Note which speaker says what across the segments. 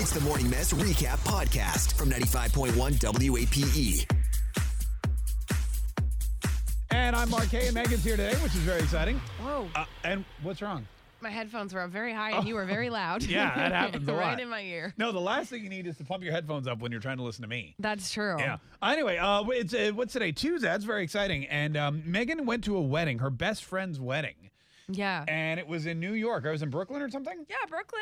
Speaker 1: It's the Morning Mess Recap Podcast from 95.1 WAPE.
Speaker 2: And I'm Mark K, and Megan's here today, which is very exciting.
Speaker 3: Whoa.
Speaker 2: Uh, and what's wrong?
Speaker 3: my headphones were up very high and you were very loud.
Speaker 2: Oh. Yeah, that happens a lot.
Speaker 3: right in my ear.
Speaker 2: No, the last thing you need is to pump your headphones up when you're trying to listen to me.
Speaker 3: That's true.
Speaker 2: Yeah. Anyway, uh, it's uh, what's today? Tuesday. That's very exciting. And um, Megan went to a wedding, her best friend's wedding,
Speaker 3: Yeah.
Speaker 2: and it was in New York. I was in Brooklyn or something.
Speaker 3: Yeah, Brooklyn.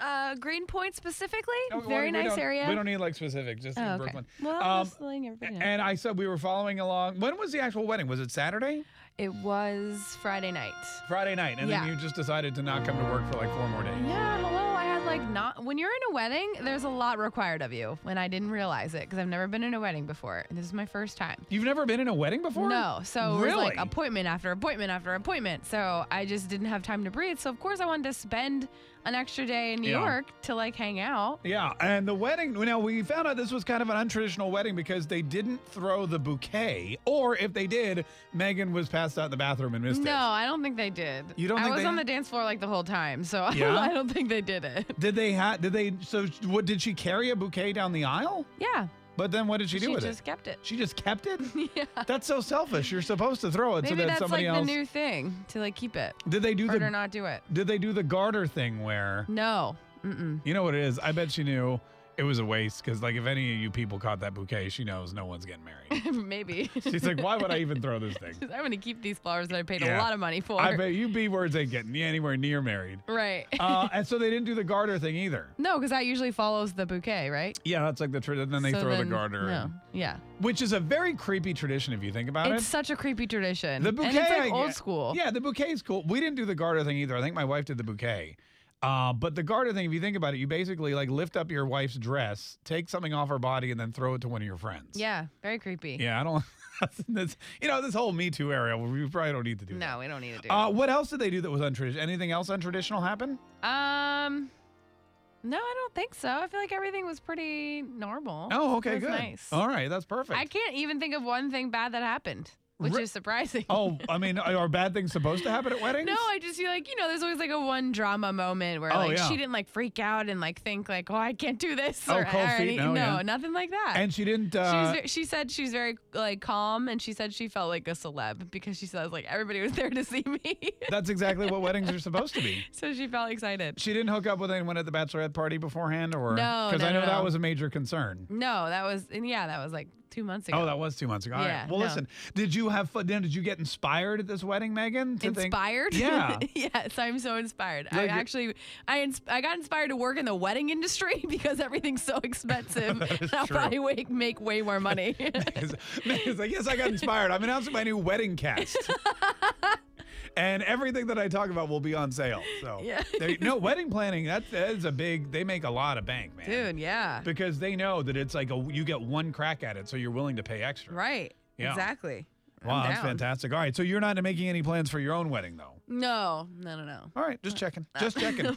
Speaker 3: Uh, Greenpoint specifically.
Speaker 2: No, we-
Speaker 3: very
Speaker 2: we
Speaker 3: nice
Speaker 2: don't-
Speaker 3: area.
Speaker 2: We don't need like specific, just
Speaker 3: Oh,
Speaker 2: in
Speaker 3: okay.
Speaker 2: Brooklyn.
Speaker 3: Well,
Speaker 2: Um,
Speaker 3: just letting everybody know.
Speaker 2: and I said we were following along. When was the actual wedding? Was it Saturday?
Speaker 3: it was Friday night.
Speaker 2: Friday night. And
Speaker 3: Yeah.
Speaker 2: then you just decided to not come to work for like four more days.
Speaker 3: Yeah, hello. I had like not when you're in a wedding, there's a lot required of you, and I didn't realize it because I've never been in a wedding before. This is my first time.
Speaker 2: You've never been in a wedding before?
Speaker 3: No, so it was
Speaker 2: really?
Speaker 3: like appointment after appointment after appointment. So I just didn't have time to breathe. So of course I wanted to spend an extra day in New
Speaker 2: Yeah.
Speaker 3: York to like hang out.
Speaker 2: Yeah, and the wedding. Now we found out this was kind of an untraditional wedding because they didn't throw the bouquet, or if they did, Megan was passed out in the bathroom and missed
Speaker 3: No, I don't think they did.
Speaker 2: You don't
Speaker 3: I
Speaker 2: think
Speaker 3: was
Speaker 2: they-
Speaker 3: on the dance floor like the whole time, so
Speaker 2: Yeah?
Speaker 3: I don't think they did it.
Speaker 2: it. Did they have? Did they? So what? Did she carry a bouquet down the aisle?
Speaker 3: Yeah,
Speaker 2: But then what did she do with
Speaker 3: just
Speaker 2: it?
Speaker 3: kept it.
Speaker 2: She just kept it. yeah. That's so selfish. You're supposed to throw it
Speaker 3: Maybe
Speaker 2: so that
Speaker 3: that's
Speaker 2: somebody
Speaker 3: like
Speaker 2: else.
Speaker 3: the new thing to like keep it
Speaker 2: did they do
Speaker 3: or
Speaker 2: the?
Speaker 3: to not do it.
Speaker 2: Did they do the garter thing where?
Speaker 3: No. Mm-mm.
Speaker 2: You know what it is? I bet she knew it was a waste because like if any of you people caught that bouquet, she knows no one's getting married.
Speaker 3: Maybe.
Speaker 2: She's like, why would I even throw this thing?
Speaker 3: I'm going to keep these flowers that I paid
Speaker 2: Yeah.
Speaker 3: a lot of money for.
Speaker 2: I bet you B words ain't getting you anywhere near married.
Speaker 3: Right.
Speaker 2: Uh, and so they didn't do the garter thing either.
Speaker 3: no, because that usually follows the bouquet, right?
Speaker 2: Yeah, that's like the tradition. Then they
Speaker 3: So
Speaker 2: throw
Speaker 3: then-
Speaker 2: the garter,
Speaker 3: No.
Speaker 2: in,
Speaker 3: Yeah.
Speaker 2: which is a very creepy tradition if you think about
Speaker 3: It's
Speaker 2: it.
Speaker 3: such a creepy tradition.
Speaker 2: The bouquet,
Speaker 3: and it's
Speaker 2: I
Speaker 3: like
Speaker 2: get-
Speaker 3: old school.
Speaker 2: Yeah, the bouquet is cool. We didn't do the garter thing either. I think my wife did the bouquet. Uh, but the garter thing, if you think about it, you basically like lift up your wife's dress, take something off her body, and then throw it to one of your friends.
Speaker 3: Yeah, very creepy.
Speaker 2: Yeah, I don't. this, you know, this whole Me Too area, we probably don't need to do that.
Speaker 3: No, we don't need to do.
Speaker 2: Uh, what else did they do that was untraditional? Anything else untraditional happen?
Speaker 3: it. Um, no, I don't think so. I feel like everything was pretty normal.
Speaker 2: Oh, okay,
Speaker 3: It was
Speaker 2: good.
Speaker 3: Nice.
Speaker 2: All right, that's perfect.
Speaker 3: I can't even think of one thing bad that happened, which
Speaker 2: Re-
Speaker 3: is surprising.
Speaker 2: oh, I mean, are bad things supposed to happen at weddings?
Speaker 3: No, I just feel like you know, there's always like a one drama moment where
Speaker 2: Oh,
Speaker 3: like
Speaker 2: yeah.
Speaker 3: she didn't like freak out and like think like, oh, I can't do this.
Speaker 2: Oh,
Speaker 3: or,
Speaker 2: cold
Speaker 3: or
Speaker 2: feet?
Speaker 3: any-
Speaker 2: No,
Speaker 3: no,
Speaker 2: yeah.
Speaker 3: nothing like that.
Speaker 2: and she didn't.
Speaker 3: she, was
Speaker 2: Uh,
Speaker 3: ve- she said she's very like calm, and she said she felt like a celeb because she says like everybody was there to see me,
Speaker 2: that's exactly what weddings are supposed to be.
Speaker 3: so she felt excited.
Speaker 2: She didn't hook up with anyone at the bachelorette party beforehand, or
Speaker 3: No,
Speaker 2: because
Speaker 3: no,
Speaker 2: I know
Speaker 3: no,
Speaker 2: that
Speaker 3: no.
Speaker 2: was a major concern.
Speaker 3: No, that was and yeah, that was like two months ago.
Speaker 2: Oh, that was two months ago. All right.
Speaker 3: Yeah,
Speaker 2: Well,
Speaker 3: no.
Speaker 2: listen. Did you have fun? Then did you get inspired at this wedding, Megan? To think-
Speaker 3: inspired.
Speaker 2: yeah.
Speaker 3: yes, I'm so inspired. I
Speaker 2: Like you're-
Speaker 3: actually, I ins- I got inspired to work in the wedding industry because everything's so expensive.
Speaker 2: That is
Speaker 3: and I'll
Speaker 2: true.
Speaker 3: probably make, make way more money.
Speaker 2: Megan's like, yes, I got inspired. I'm announcing my new wedding cast. And everything that I talk about will be on sale. So,
Speaker 3: Yeah.
Speaker 2: they, no, wedding planning, that, that is a big, they make a lot of bank, man.
Speaker 3: Dude, yeah.
Speaker 2: because they know that it's like a you get one crack at it, so you're willing to pay extra.
Speaker 3: Right.
Speaker 2: Yeah.
Speaker 3: Exactly. I'm
Speaker 2: Wow, that's
Speaker 3: down.
Speaker 2: fantastic. All right, so you're not making any plans for your own wedding though.
Speaker 3: No, no, no, no.
Speaker 2: All right, just checking.
Speaker 3: Uh,
Speaker 2: Just checking.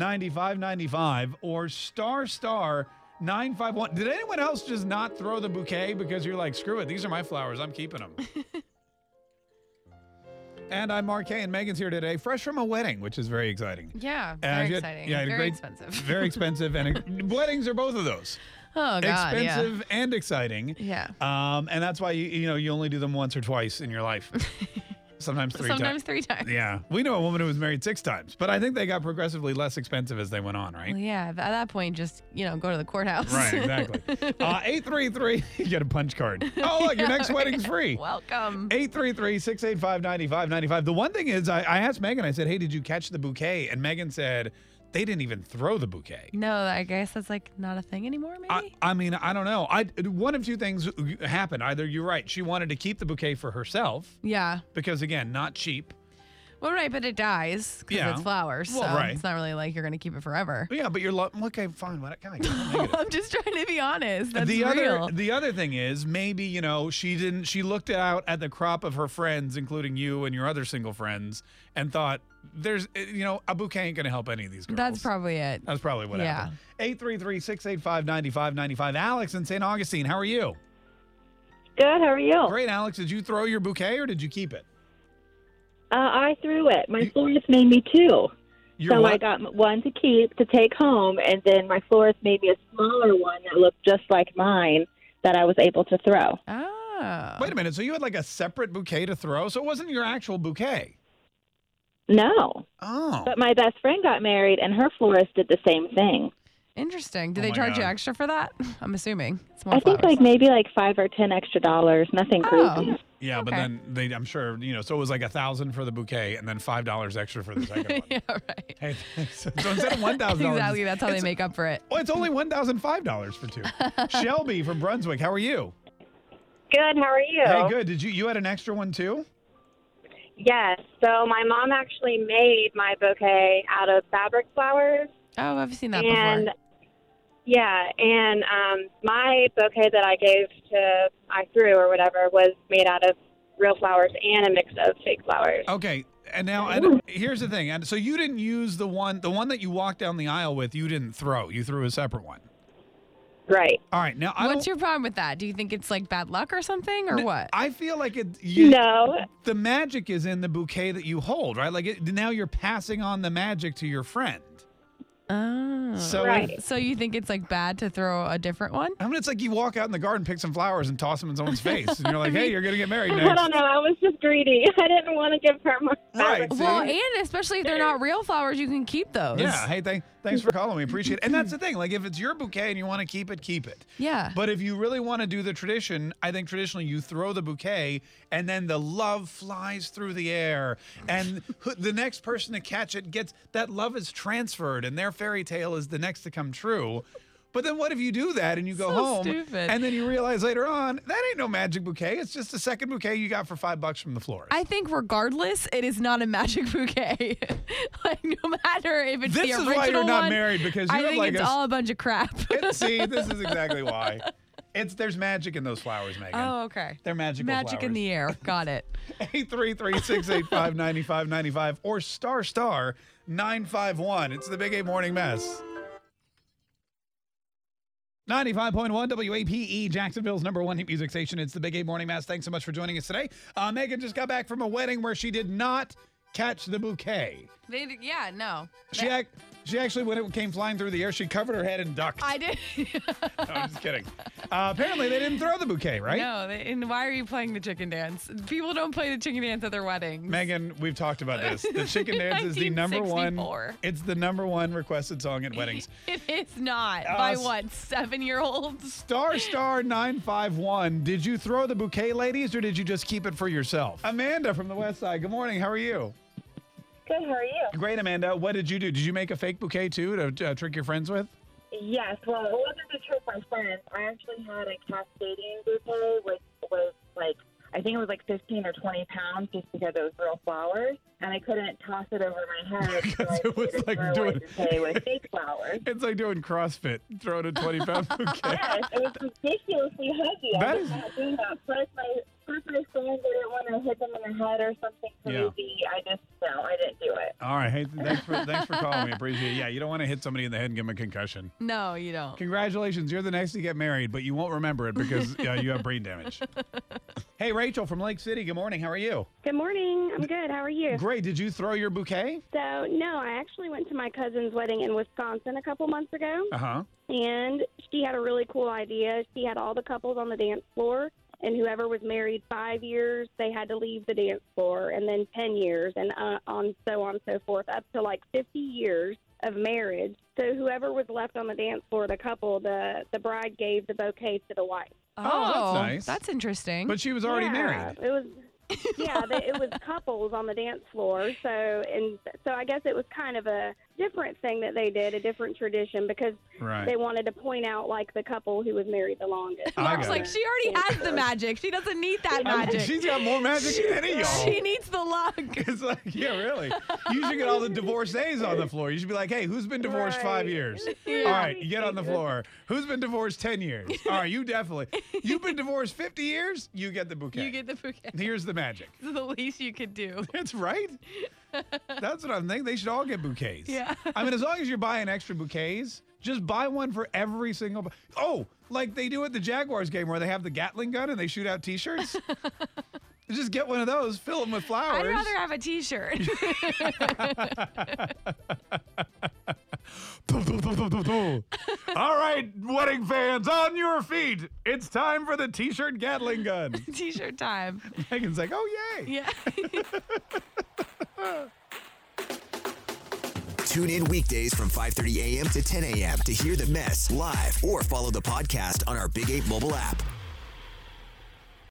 Speaker 2: 833-685-9595 or star star 951. Did anyone else just not throw the bouquet because you're like, screw it, these are my flowers, I'm keeping them. and I'm Mark Kay, and Megan's here today, fresh from a wedding, which is very exciting.
Speaker 3: Yeah,
Speaker 2: And
Speaker 3: very
Speaker 2: I had-
Speaker 3: exciting.
Speaker 2: yeah, I had a
Speaker 3: very
Speaker 2: great-
Speaker 3: expensive.
Speaker 2: Very expensive, and weddings are both of those.
Speaker 3: oh God,
Speaker 2: expensive and exciting.
Speaker 3: yeah. Yeah.
Speaker 2: Um, and that's why you you know you only do them once or twice in your life. Sometimes three times.
Speaker 3: Sometimes three times.
Speaker 2: Yeah, we know a woman who was married six times, but I think they got progressively less expensive as they went on, right?
Speaker 3: Well, yeah. At that point, just you know, go to the courthouse.
Speaker 2: Right, exactly. uh, 833, you get a punch card. Oh, look, your next wedding's free.
Speaker 3: Welcome.
Speaker 2: 833-685-9595. The one thing is, I, I asked Megan, I said, hey, did you catch the bouquet? And Megan said, they didn't even throw the bouquet.
Speaker 3: No, I guess that's like not a thing anymore. Maybe.
Speaker 2: I, I mean, I don't know. I One of two things happened. Either you're right, she wanted to keep the bouquet for herself,
Speaker 3: yeah.
Speaker 2: because again, not cheap.
Speaker 3: Well, right, but it dies because
Speaker 2: Yeah.
Speaker 3: it's flowers.
Speaker 2: Well,
Speaker 3: so
Speaker 2: right.
Speaker 3: it's not really like you're going to keep it forever.
Speaker 2: Yeah, but you're lo- okay. Fine, what? Can I get negative?
Speaker 3: I'm just trying to be honest. That's
Speaker 2: the
Speaker 3: real.
Speaker 2: other the other thing is maybe you know she didn't she looked out at the crop of her friends including you and your other single friends and thought there's eh, you know a bouquet ain't gonna help any of these girls
Speaker 3: That's probably it.
Speaker 2: that's probably what
Speaker 3: Yeah.
Speaker 2: happened 833-685-9595 Alex in St. Augustine how are you
Speaker 4: Good. How are you?
Speaker 2: great Alex did you throw your bouquet or did you keep it
Speaker 4: Uh, I threw it. My florist made me two,
Speaker 2: Your
Speaker 4: so I
Speaker 2: what?
Speaker 4: got m- one to keep to take home, and then my florist made me a smaller one that looked just like mine that I was able to throw.
Speaker 3: Oh.
Speaker 2: wait a minute so you had like a separate bouquet to throw so it wasn't your actual bouquet
Speaker 4: No,
Speaker 2: oh
Speaker 4: but my best friend got married, and her florist did the same thing.
Speaker 3: Interesting. Do
Speaker 2: Oh
Speaker 3: they
Speaker 2: my
Speaker 3: charge you
Speaker 2: God.
Speaker 3: extra for that? I'm assuming. It's more
Speaker 4: I think
Speaker 3: flowers.
Speaker 4: like maybe like five or ten extra dollars. Nothing
Speaker 3: Oh.
Speaker 4: crazy.
Speaker 2: yeah but
Speaker 3: okay.
Speaker 2: then they I'm sure you know so it was like a thousand for the bouquet and then five dollars extra for the second one
Speaker 3: yeah, right.
Speaker 2: Hey, thanks. so instead of one thousand dollars,
Speaker 3: Exactly. That's how they
Speaker 2: it's,
Speaker 3: make up for it.
Speaker 2: Oh, it's only one thousand five dollars for two. Shelby from Brunswick, how are you?
Speaker 5: Good. How are you?
Speaker 2: Hey, good. Did you you had an extra one too?
Speaker 5: Yes. So my mom actually made my bouquet out of fabric flowers,
Speaker 3: Oh, I've seen that
Speaker 5: and
Speaker 3: before.
Speaker 5: yeah, and um, my bouquet that I gave to I threw or whatever was made out of real flowers and a mix of fake flowers.
Speaker 2: Okay. And now and here's the thing. And so you didn't use the one the one that you walked down the aisle with. You didn't throw. You threw a separate one.
Speaker 5: Right.
Speaker 2: All right. Now I
Speaker 3: What's
Speaker 2: don't-
Speaker 3: your problem with that? Do you think it's like bad luck or something, or what?
Speaker 2: I feel like it. You,
Speaker 5: No.
Speaker 2: The magic is in the bouquet that you hold, right? Like it, now you're passing on the magic to your friend.
Speaker 3: Oh.
Speaker 2: So
Speaker 5: Right.
Speaker 3: So you think it's like bad to throw a different one?
Speaker 2: I mean, it's like you walk out in the garden, pick some flowers, and toss them in someone's face, and you're like, "Hey, you're gonna get married
Speaker 5: I
Speaker 2: next."
Speaker 5: don't know. I was just greedy. I didn't want to give her my
Speaker 2: Right,
Speaker 5: fabric
Speaker 2: see?
Speaker 3: Well,
Speaker 5: flowers.
Speaker 3: and especially if they're not real flowers, you can keep those.
Speaker 2: Yeah. Hey, thank, thanks for calling. We appreciate it. And that's the thing. Like, if it's your bouquet and you want to keep it, keep it.
Speaker 3: Yeah.
Speaker 2: But if you really want to do the tradition, I think traditionally you throw the bouquet and then the love flies through the air. And who- the next person to catch it gets that love is transferred and their fairy tale is the next to come true. But then what if you do that and you go
Speaker 3: So
Speaker 2: home
Speaker 3: stupid.
Speaker 2: and then you realize later on that ain't no magic bouquet. It's just a second bouquet you got for five bucks from the florist.
Speaker 3: I think regardless, it is not a magic bouquet. like no matter if it's
Speaker 2: This
Speaker 3: the
Speaker 2: is
Speaker 3: original
Speaker 2: why you're not
Speaker 3: one,
Speaker 2: married, because you
Speaker 3: I
Speaker 2: have,
Speaker 3: think
Speaker 2: like,
Speaker 3: it's
Speaker 2: a s-
Speaker 3: all a bunch of crap.
Speaker 2: It- See, this is exactly why. It's there's magic in those flowers, Megan.
Speaker 3: oh, okay.
Speaker 2: They're magical
Speaker 3: Magic in the air. Got it.
Speaker 2: 833-685-9595 or star star 951. It's the Big A Morning Mess. 95.1 WAPE, E, Jacksonville's number one hit music station. It's the Big A Morning Mass. Thanks so much for joining us today. Uh, Megan just got back from a wedding where she did not catch the bouquet.
Speaker 3: They, yeah, no.
Speaker 2: She, ac- she actually, when it came flying through the air, she covered her head and ducked.
Speaker 3: I did.
Speaker 2: No, I'm just kidding. Uh, apparently, they didn't throw the bouquet, right?
Speaker 3: No, they, and why are you playing the chicken dance? People don't play the chicken dance at their weddings.
Speaker 2: Megan, we've talked about this. The chicken dance is the number one.
Speaker 3: 1964.
Speaker 2: It's the number one requested song at weddings.
Speaker 3: It is not
Speaker 2: Uh,
Speaker 3: by
Speaker 2: s-
Speaker 3: what seven year olds.
Speaker 2: Star Star 951, did you throw the bouquet, ladies, or did you just keep it for yourself? Amanda from the West Side, good morning. How are you?
Speaker 5: Good. How are you?
Speaker 2: Great, Amanda. What did you do? Did you make a fake bouquet too to uh, trick your friends with?
Speaker 5: Yes, well, it wasn't a trick my friends. I actually had a cascading bouquet, which was like, I think it was like 15 or 20 pounds just because it was real flowers, and I couldn't toss it over my head.
Speaker 2: Because
Speaker 5: I
Speaker 2: it was,
Speaker 5: made a
Speaker 2: like,
Speaker 5: throwaway
Speaker 2: doing-
Speaker 5: bouquet with fake flowers.
Speaker 2: It's like doing CrossFit, throwing a 20 pound bouquet.
Speaker 5: Yes, it was ridiculously heavy.
Speaker 2: That
Speaker 5: I
Speaker 2: is-
Speaker 5: was not doing that. Plus, my plus my friend didn't want to hit them in the head or something
Speaker 2: Yeah.
Speaker 5: crazy. I just no, I didn't do it.
Speaker 2: All right. Hey, thanks for, thanks for calling. We appreciate it. Yeah, you don't want to hit somebody in the head and give them a concussion.
Speaker 3: No, you don't.
Speaker 2: Congratulations, you're the next to get married, but you won't remember it because uh, you have brain damage. hey, Rachel from Lake City, good morning. How are you?
Speaker 6: Good morning. I'm good. How are you?
Speaker 2: Great. Did you throw your bouquet?
Speaker 6: So, no, I actually went to my cousin's wedding in Wisconsin a couple months ago,
Speaker 2: Uh huh.
Speaker 6: and she had a really cool idea. She had all the couples on the dance floor, and whoever was married five years, they had to leave the dance floor, and then 10 years, and uh, on so on and so forth, up to like 50 years of marriage. So, whoever was left on the dance floor, the couple, the, the bride gave the bouquet to the wife.
Speaker 2: Oh, that's nice.
Speaker 3: Oh, That's interesting.
Speaker 2: But she was already
Speaker 6: yeah,
Speaker 2: married.
Speaker 6: It was yeah, they, it was couples on the dance floor. So and so I guess it was kind of a different thing that they did, a different tradition, because
Speaker 2: Right.
Speaker 6: they wanted to point out like the couple who was married the longest.
Speaker 2: I
Speaker 3: Mark's
Speaker 2: got
Speaker 3: like,
Speaker 2: it.
Speaker 3: she already has the magic. She doesn't need that
Speaker 2: I mean,
Speaker 3: magic.
Speaker 2: she's got more magic than any of y'all.
Speaker 3: She needs the luck.
Speaker 2: It's like, yeah, really. You should get all the divorcees on the floor. You should be like, hey, who's been divorced five
Speaker 6: Right.
Speaker 2: years?
Speaker 3: Yeah.
Speaker 2: All right, you get on the floor. Who's been divorced 10 years? All right, you definitely. You've been divorced 50 years? You get the bouquet.
Speaker 3: You get the bouquet.
Speaker 2: Here's the magic.
Speaker 3: This is the least you could do.
Speaker 2: That's right. That's what I'm thinking. They should all get bouquets.
Speaker 3: Yeah.
Speaker 2: I mean, as long as you're buying extra bouquets, just buy one for every single. bu- Oh, like they do at the Jaguars game where they have the Gatling gun and they shoot out T-shirts. just get one of those, fill them with flowers.
Speaker 3: I'd rather have a T-shirt.
Speaker 2: All right, wedding fans, on your feet. It's time for the t shirt Gatling gun.
Speaker 3: T-shirt time.
Speaker 2: Megan's like, oh, yay.
Speaker 3: Yeah.
Speaker 1: Tune in weekdays from 5:30 a.m. to 10 a.m. to hear the mess live or follow the podcast on our Big 8 mobile app.